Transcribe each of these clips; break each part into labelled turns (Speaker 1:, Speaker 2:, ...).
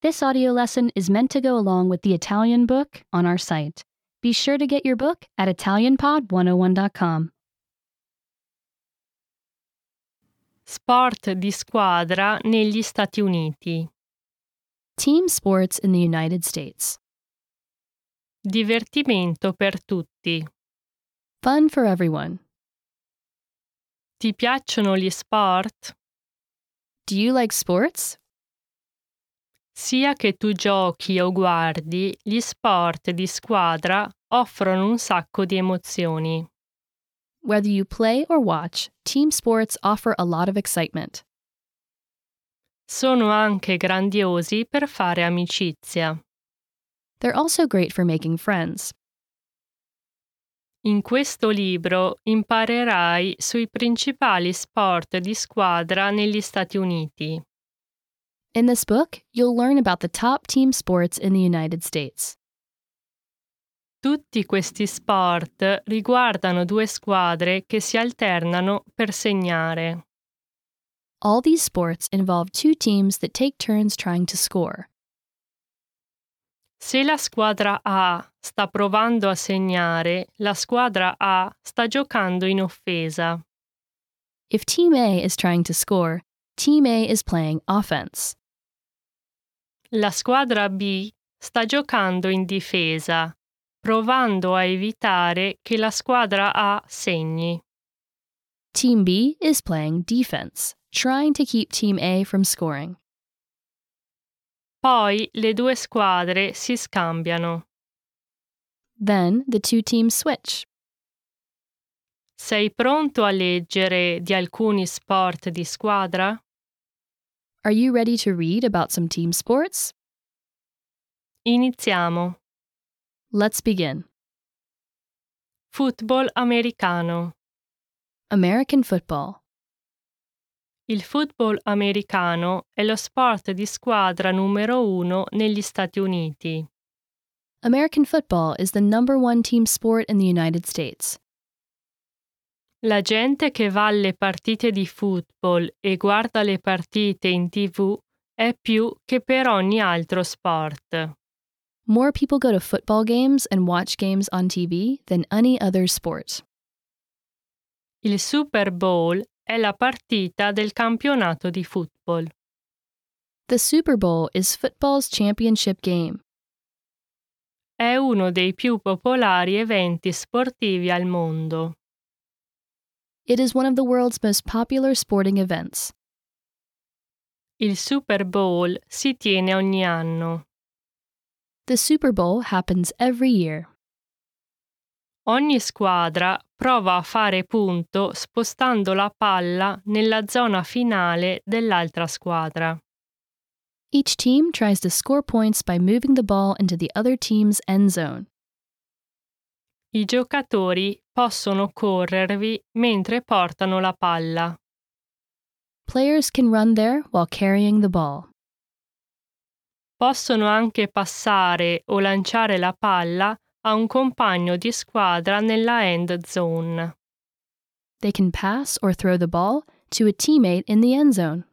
Speaker 1: This audio lesson is meant to go along with the Italian book on our site. Be sure to get your book at ItalianPod101.com.
Speaker 2: Sport di squadra negli Stati Uniti.
Speaker 1: Team sports in the United States.
Speaker 2: Divertimento per tutti.
Speaker 1: Fun for everyone.
Speaker 2: Ti piacciono gli sport?
Speaker 1: Do you like sports?
Speaker 2: Sia che tu giochi o guardi, gli sport di squadra offrono un sacco di emozioni.
Speaker 1: Whether you play or watch, team sports offer a lot of excitement.
Speaker 2: Sono anche grandiosi per fare amicizia.
Speaker 1: They're also great for making friends.
Speaker 2: In questo libro imparerai sui principali sport di squadra negli Stati Uniti.
Speaker 1: In this book, you'll learn about the top team sports in the United States.
Speaker 2: Tutti questi sport riguardano due squadre che si alternano per segnare.
Speaker 1: All these sports involve two teams that take turns trying to score.
Speaker 2: Se la squadra A sta provando a segnare, la squadra A sta giocando in offesa.
Speaker 1: If Team A is trying to score, Team A is playing offense.
Speaker 2: La squadra B sta giocando in difesa, provando a evitare che la squadra A segni.
Speaker 1: Team B is playing defense, trying to keep Team A from scoring.
Speaker 2: Poi le due squadre si scambiano.
Speaker 1: Then the two teams switch.
Speaker 2: Sei pronto a leggere di alcuni sport di squadra?
Speaker 1: Are you ready to read about some team sports?
Speaker 2: Iniziamo.
Speaker 1: Let's begin.
Speaker 2: Football americano.
Speaker 1: American football.
Speaker 2: Il football americano è lo sport di squadra numero uno negli Stati Uniti.
Speaker 1: American football is the number one team sport in the United States.
Speaker 2: La gente che va alle partite di football e guarda le partite in tv è più che per ogni altro sport.
Speaker 1: More people go to football games and watch games on TV than any other sport.
Speaker 2: Il Super Bowl è la partita del campionato di football.
Speaker 1: The Super Bowl is football's championship game.
Speaker 2: È uno dei più popolari eventi sportivi al mondo.
Speaker 1: It is one of the world's most popular sporting events.
Speaker 2: Il Super Bowl si tiene ogni anno.
Speaker 1: The Super Bowl happens every year.
Speaker 2: Ogni squadra prova a fare punto spostando la palla nella zona finale dell'altra squadra.
Speaker 1: Each team tries to score points by moving the ball into the other team's end zone.
Speaker 2: I giocatori possono corrervi mentre portano la palla.
Speaker 1: Players can run there while carrying the ball.
Speaker 2: Possono anche passare o lanciare la palla a un compagno di squadra nella end zone.
Speaker 1: They can pass or throw the ball to a teammate in the end zone.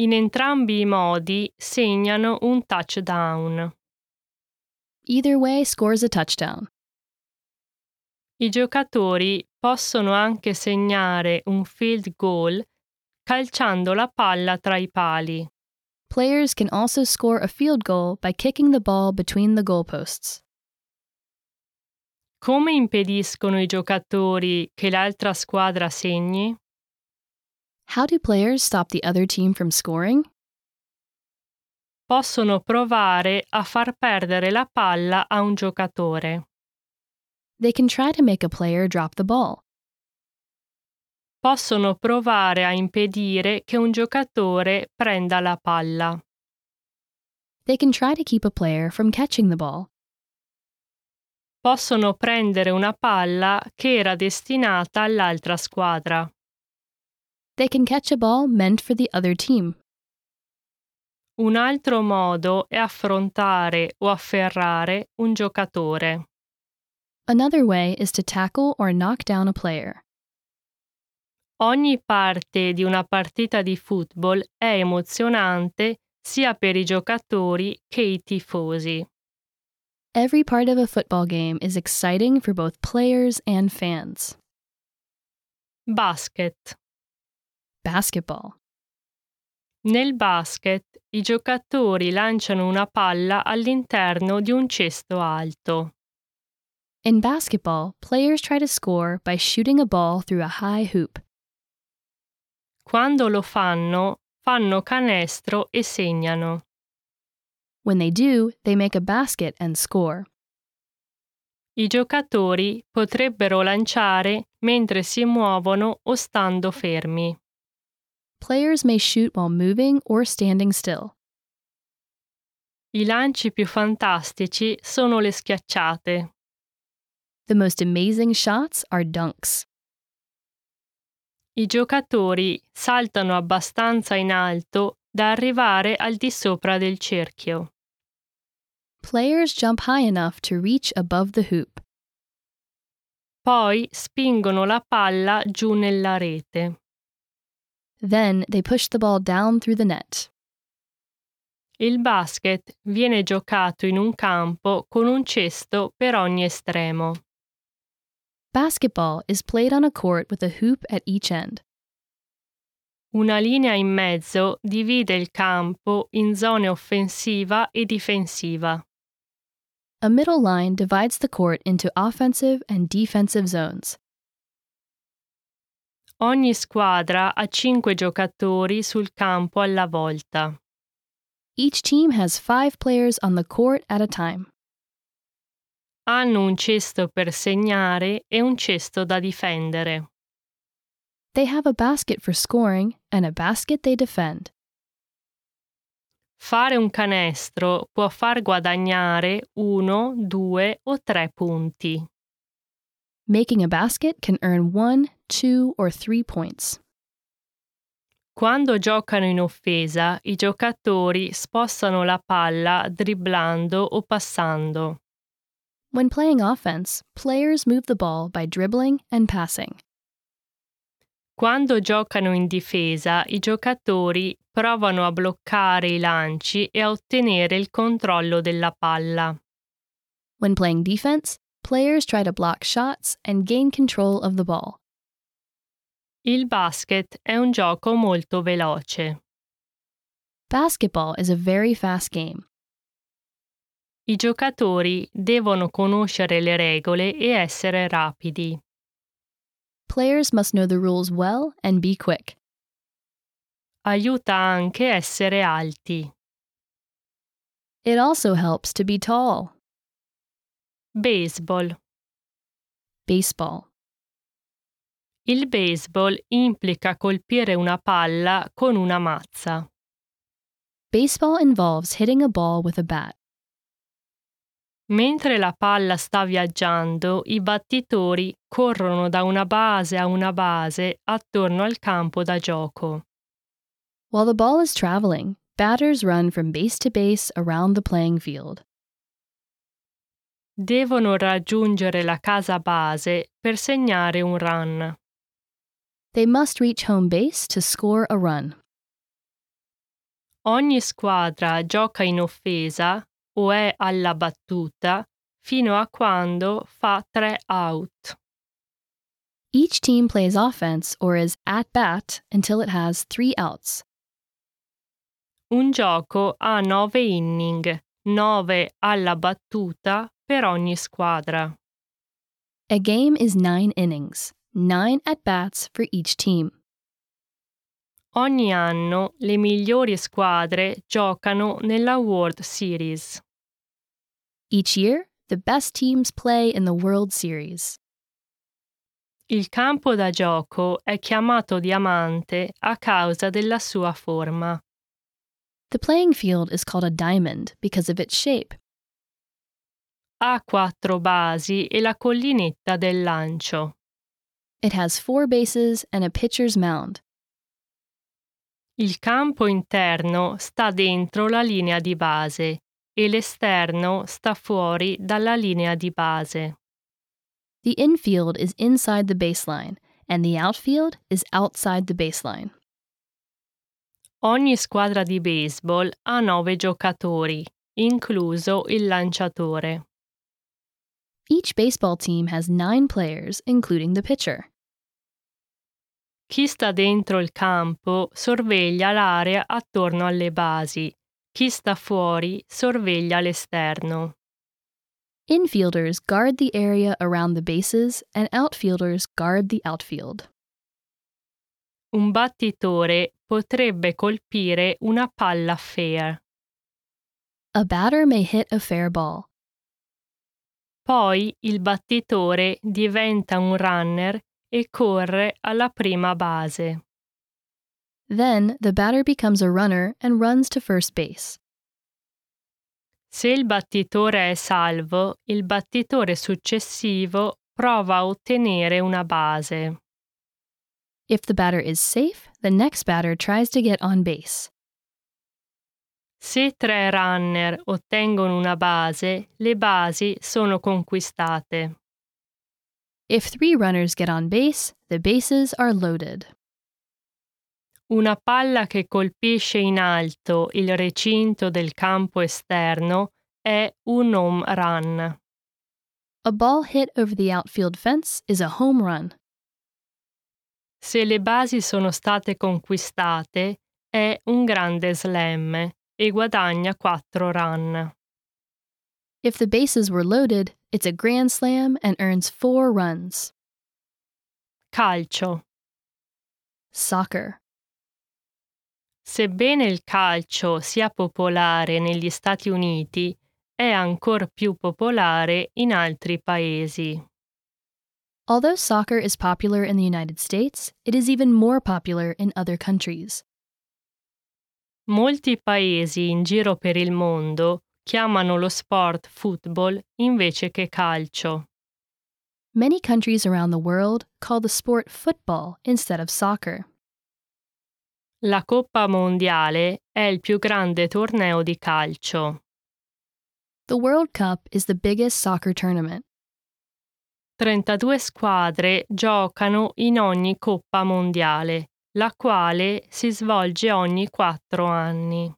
Speaker 2: In entrambi i modi segnano un touchdown.
Speaker 1: Either way scores a touchdown.
Speaker 2: I giocatori possono anche segnare un field goal calciando la palla tra i pali.
Speaker 1: Players can also score a field goal by kicking the ball between the goalposts.
Speaker 2: Come impediscono i giocatori che l'altra squadra segni?
Speaker 1: How do players stop the other team from scoring?
Speaker 2: Possono provare a far perdere la palla a un giocatore.
Speaker 1: They can try to make a player drop the ball.
Speaker 2: Possono provare a impedire che un giocatore prenda la palla.
Speaker 1: They can try to keep a player from catching the ball.
Speaker 2: Possono prendere una palla che era destinata all'altra squadra.
Speaker 1: They can catch a ball meant for the other team.
Speaker 2: Un altro modo è affrontare o afferrare un giocatore.
Speaker 1: Another way is to tackle or knock down a player.
Speaker 2: Ogni parte di una partita di football è emozionante sia per i giocatori che i tifosi.
Speaker 1: Every part of a football game is exciting for both players and fans.
Speaker 2: Basket.
Speaker 1: Basketball.
Speaker 2: Nel basket i giocatori lanciano una palla all'interno di un cesto alto.
Speaker 1: In basketball, players try to score by shooting a ball through a high hoop.
Speaker 2: Quando lo fanno, fanno canestro e segnano.
Speaker 1: When they do, they make a basket and score.
Speaker 2: I giocatori potrebbero lanciare mentre si muovono o stando fermi.
Speaker 1: Players may shoot while moving or standing still.
Speaker 2: I lanci più fantastici sono le schiacciate.
Speaker 1: The most amazing shots are dunks.
Speaker 2: I giocatori saltano abbastanza in alto da arrivare al di sopra del cerchio.
Speaker 1: Players jump high enough to reach above the hoop.
Speaker 2: Poi spingono la palla giù nella rete.
Speaker 1: Then they push the ball down through the net.
Speaker 2: Il basket viene giocato in un campo con un cesto per ogni estremo.
Speaker 1: Basketball is played on a court with a hoop at each end.
Speaker 2: Una linea in mezzo divide il campo in zone offensiva e difensiva.
Speaker 1: A middle line divides the court into offensive and defensive zones.
Speaker 2: Ogni squadra ha 5 giocatori sul campo alla volta.
Speaker 1: Each team has five players on the court at a time.
Speaker 2: Hanno un cesto per segnare e un cesto da difendere.
Speaker 1: They have a basket for scoring and a basket they defend.
Speaker 2: Fare un canestro può far guadagnare 1, 2 o 3 punti.
Speaker 1: Making a basket can earn one, two, or three points.
Speaker 2: Quando giocano in offesa, i giocatori spostano la palla dribblando o passando.
Speaker 1: When playing offense, players move the ball by dribbling and passing.
Speaker 2: Quando giocano in difesa, i giocatori provano a bloccare i lanci e a ottenere il controllo della palla.
Speaker 1: When playing defense, players try to block shots and gain control of the ball.
Speaker 2: Il basket è un gioco molto veloce.
Speaker 1: Basketball is a very fast game.
Speaker 2: I giocatori devono conoscere le regole e essere rapidi.
Speaker 1: Players must know the rules well and be quick.
Speaker 2: Aiuta anche essere alti.
Speaker 1: It also helps to be tall.
Speaker 2: Baseball.
Speaker 1: Baseball.
Speaker 2: Il baseball implica colpire una palla con una mazza.
Speaker 1: Baseball involves hitting a ball with a bat.
Speaker 2: Mentre la palla sta viaggiando, i battitori corrono da una base a una base attorno al campo da gioco.
Speaker 1: While the ball is traveling, batters run from base to base around the playing field.
Speaker 2: Devono raggiungere la casa base per segnare un run.
Speaker 1: They must reach home base to score a run.
Speaker 2: Ogni squadra gioca in offesa o è alla battuta fino a quando fa tre out.
Speaker 1: Each team plays offense or is at bat until it has three outs.
Speaker 2: Un gioco ha nove inning, nove alla battuta per ogni squadra.
Speaker 1: A game is nine innings, nine at bats for each team.
Speaker 2: Ogni anno le migliori squadre giocano nella World Series.
Speaker 1: Each year, the best teams play in the World Series.
Speaker 2: Il campo da gioco è chiamato diamante a causa della sua forma.
Speaker 1: The playing field is called a diamond because of its shape.
Speaker 2: Ha quattro basi e la collinetta del lancio.
Speaker 1: It has four bases and a pitcher's mound.
Speaker 2: Il campo interno sta dentro la linea di base e l'esterno sta fuori dalla linea di base.
Speaker 1: The infield is inside the baseline, and the outfield is outside the baseline.
Speaker 2: Ogni squadra di baseball ha nove giocatori, incluso il lanciatore.
Speaker 1: Each baseball team has nine players, including the pitcher.
Speaker 2: Chi sta dentro il campo sorveglia l'area attorno alle basi, chi sta fuori sorveglia l'esterno.
Speaker 1: Infielders guard the area around the bases, and outfielders guard the outfield.
Speaker 2: Un battitore potrebbe colpire una palla fair,
Speaker 1: A batter may hit a fair ball.
Speaker 2: poi il battitore diventa un runner e corre alla prima base.
Speaker 1: Then the batter becomes a runner and runs to first base.
Speaker 2: Se il battitore è salvo, il battitore successivo prova a ottenere una base.
Speaker 1: If the batter is safe, the next batter tries to get on base.
Speaker 2: Se tre runner ottengono una base, le basi sono conquistate.
Speaker 1: If three runners get on base, the bases are loaded.
Speaker 2: Una palla che colpisce in alto il recinto del campo esterno è un home run.
Speaker 1: A ball hit over the outfield fence is a home run.
Speaker 2: Se le basi sono state conquistate, è un grande slam e guadagna 4 run.
Speaker 1: If the bases were loaded, it's a grand slam and earns four runs.
Speaker 2: Calcio.
Speaker 1: Soccer.
Speaker 2: Sebbene il calcio sia popolare negli Stati Uniti, è ancor più popolare in altri paesi.
Speaker 1: Although soccer is popular in the United States, it is even more popular in other countries.
Speaker 2: Molti paesi in giro per il mondo chiamano lo sport football invece che calcio.
Speaker 1: Many countries around the world call the sport football instead of soccer.
Speaker 2: La Coppa Mondiale è il più grande torneo di calcio.
Speaker 1: The World Cup is the biggest soccer tournament.
Speaker 2: 32 squadre giocano in ogni Coppa Mondiale, la quale si svolge ogni 4 anni.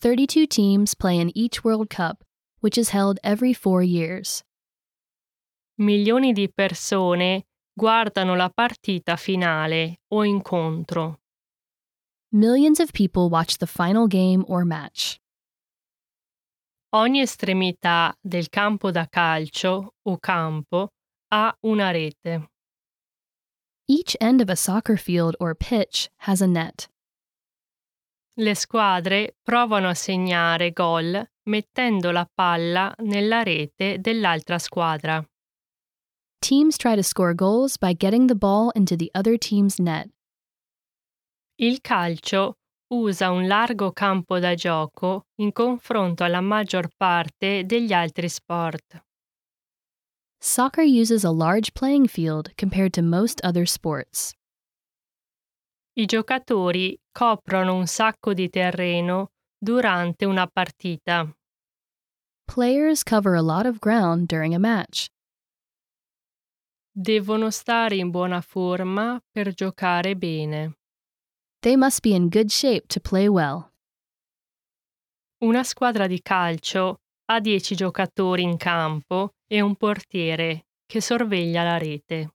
Speaker 1: 32 teams play in each World Cup, which is held every four years.
Speaker 2: Milioni di persone guardano la partita finale o incontro.
Speaker 1: Millions of people watch the final game or match.
Speaker 2: Ogni estremità del campo da calcio o campo ha una rete.
Speaker 1: Each end of a soccer field or pitch has a net.
Speaker 2: Le squadre provano a segnare gol mettendo la palla nella rete dell'altra squadra.
Speaker 1: Teams try to score goals by getting the ball into the other team's net.
Speaker 2: Il calcio usa un largo campo da gioco in confronto alla maggior parte degli altri sport.
Speaker 1: Soccer uses a large playing field compared to most other sports.
Speaker 2: I giocatori coprono un sacco di terreno durante una partita.
Speaker 1: Players cover a lot of ground during a match.
Speaker 2: Devono stare in buona forma per giocare bene.
Speaker 1: They must be in good shape to play well.
Speaker 2: Una squadra di calcio ha 10 giocatori in campo e un portiere che sorveglia la rete.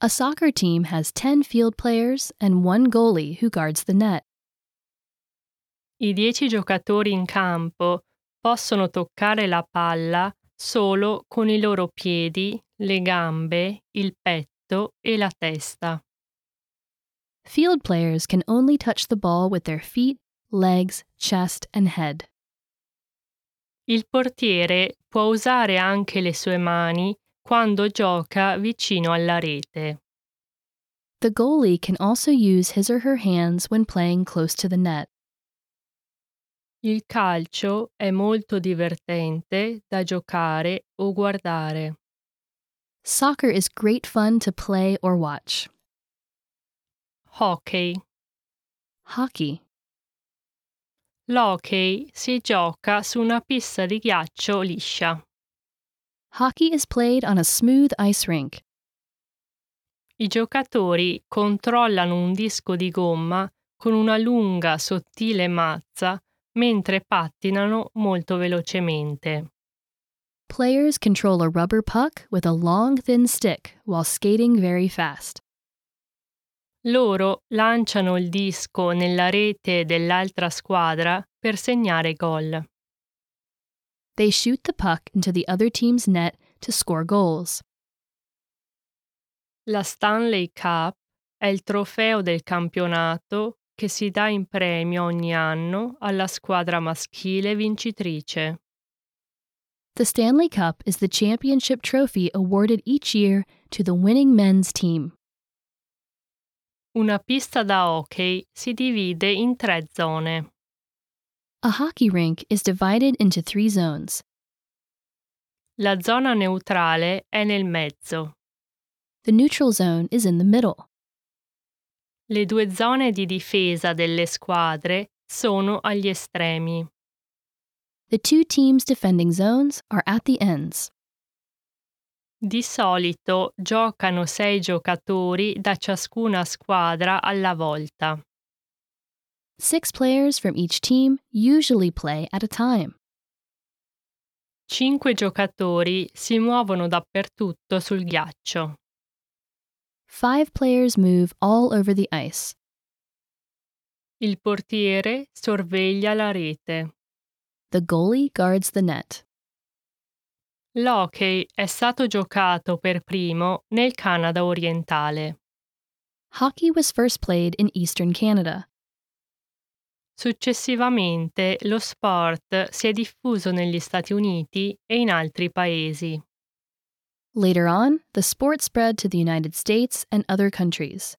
Speaker 1: A soccer team has 10 field players and one goalie who guards the net.
Speaker 2: I 10 giocatori in campo possono toccare la palla solo con i loro piedi, le gambe, il petto e la testa.
Speaker 1: Field players can only touch the ball with their feet, legs, chest, and head.
Speaker 2: Il portiere può usare anche le sue mani quando gioca vicino alla rete.
Speaker 1: The goalie can also use his or her hands when playing close to the net.
Speaker 2: Il calcio è molto divertente da giocare o guardare.
Speaker 1: Soccer is great fun to play or watch.
Speaker 2: Hockey.
Speaker 1: Hockey.
Speaker 2: L'hockey si gioca su una pista di ghiaccio liscia.
Speaker 1: Hockey is played on a smooth ice rink.
Speaker 2: I giocatori controllano un disco di gomma con una lunga, sottile mazza mentre pattinano molto velocemente.
Speaker 1: Players control a rubber puck with a long, thin stick while skating very fast.
Speaker 2: Loro lanciano il disco nella rete dell'altra squadra per segnare gol.
Speaker 1: They shoot the puck into the other team's net to score goals.
Speaker 2: La Stanley Cup è il trofeo del campionato che si dà in premio ogni anno alla squadra maschile vincitrice.
Speaker 1: The Stanley Cup is the championship trophy awarded each year to the winning men's team.
Speaker 2: Una pista da hockey si divide in tre zone.
Speaker 1: A hockey rink is divided into three zones.
Speaker 2: La zona neutrale è nel mezzo.
Speaker 1: The neutral zone is in the middle.
Speaker 2: Le due zone di difesa delle squadre sono agli estremi.
Speaker 1: The two teams' defending zones are at the ends.
Speaker 2: Di solito giocano sei giocatori da ciascuna squadra alla volta.
Speaker 1: Six players from each team usually play at a time.
Speaker 2: Cinque giocatori si muovono dappertutto sul ghiaccio.
Speaker 1: Five players move all over the ice.
Speaker 2: Il portiere sorveglia la rete.
Speaker 1: The goalie guards the net.
Speaker 2: L'hockey è stato giocato per primo nel Canada orientale.
Speaker 1: Hockey was first played in Eastern Canada.
Speaker 2: Successivamente lo sport si è diffuso negli Stati Uniti e in altri paesi.
Speaker 1: Later on, the sport spread to the United States and other countries.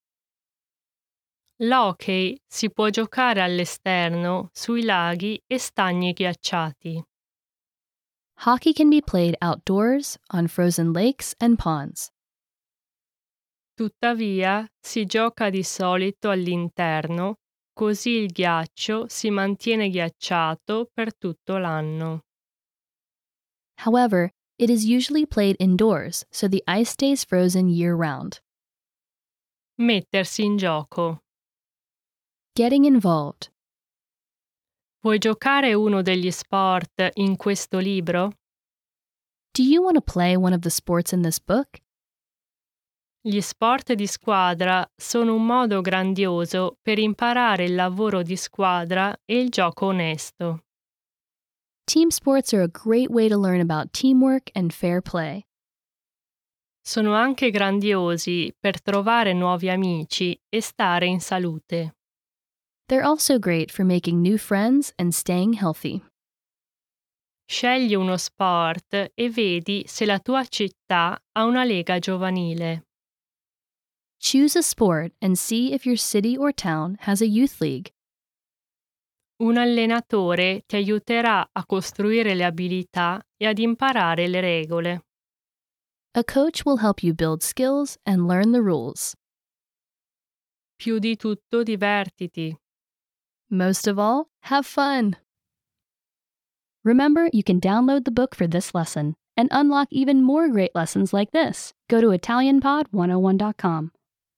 Speaker 2: L'hockey si può giocare all'esterno sui laghi e stagni ghiacciati.
Speaker 1: Hockey can be played outdoors, on frozen lakes and ponds.
Speaker 2: Tuttavia, si gioca di solito all'interno, così il ghiaccio si mantiene ghiacciato per tutto l'anno.
Speaker 1: However, it is usually played indoors, so the ice stays frozen year round.
Speaker 2: Mettersi in gioco.
Speaker 1: Getting involved.
Speaker 2: Vuoi giocare uno degli sport in questo libro?
Speaker 1: Do you want to play one of the sports in this book?
Speaker 2: Gli sport di squadra sono un modo grandioso per imparare il lavoro di squadra e il gioco onesto.
Speaker 1: Team sports are a great way to learn about teamwork and fair play.
Speaker 2: Sono anche grandiosi per trovare nuovi amici e stare in salute.
Speaker 1: They're also great for making new friends and staying healthy.
Speaker 2: Scegli uno sport e vedi se la tua città ha una lega giovanile.
Speaker 1: Choose a sport and see if your city or town has a youth league.
Speaker 2: Un allenatore ti aiuterà a costruire le abilità e ad imparare le regole.
Speaker 1: A coach will help you build skills and learn the rules.
Speaker 2: Più di tutto divertiti.
Speaker 1: Most of all, have fun. Remember, you can download the book for this oh lesson and unlock even more great lessons like this. Go to ItalianPod101.com.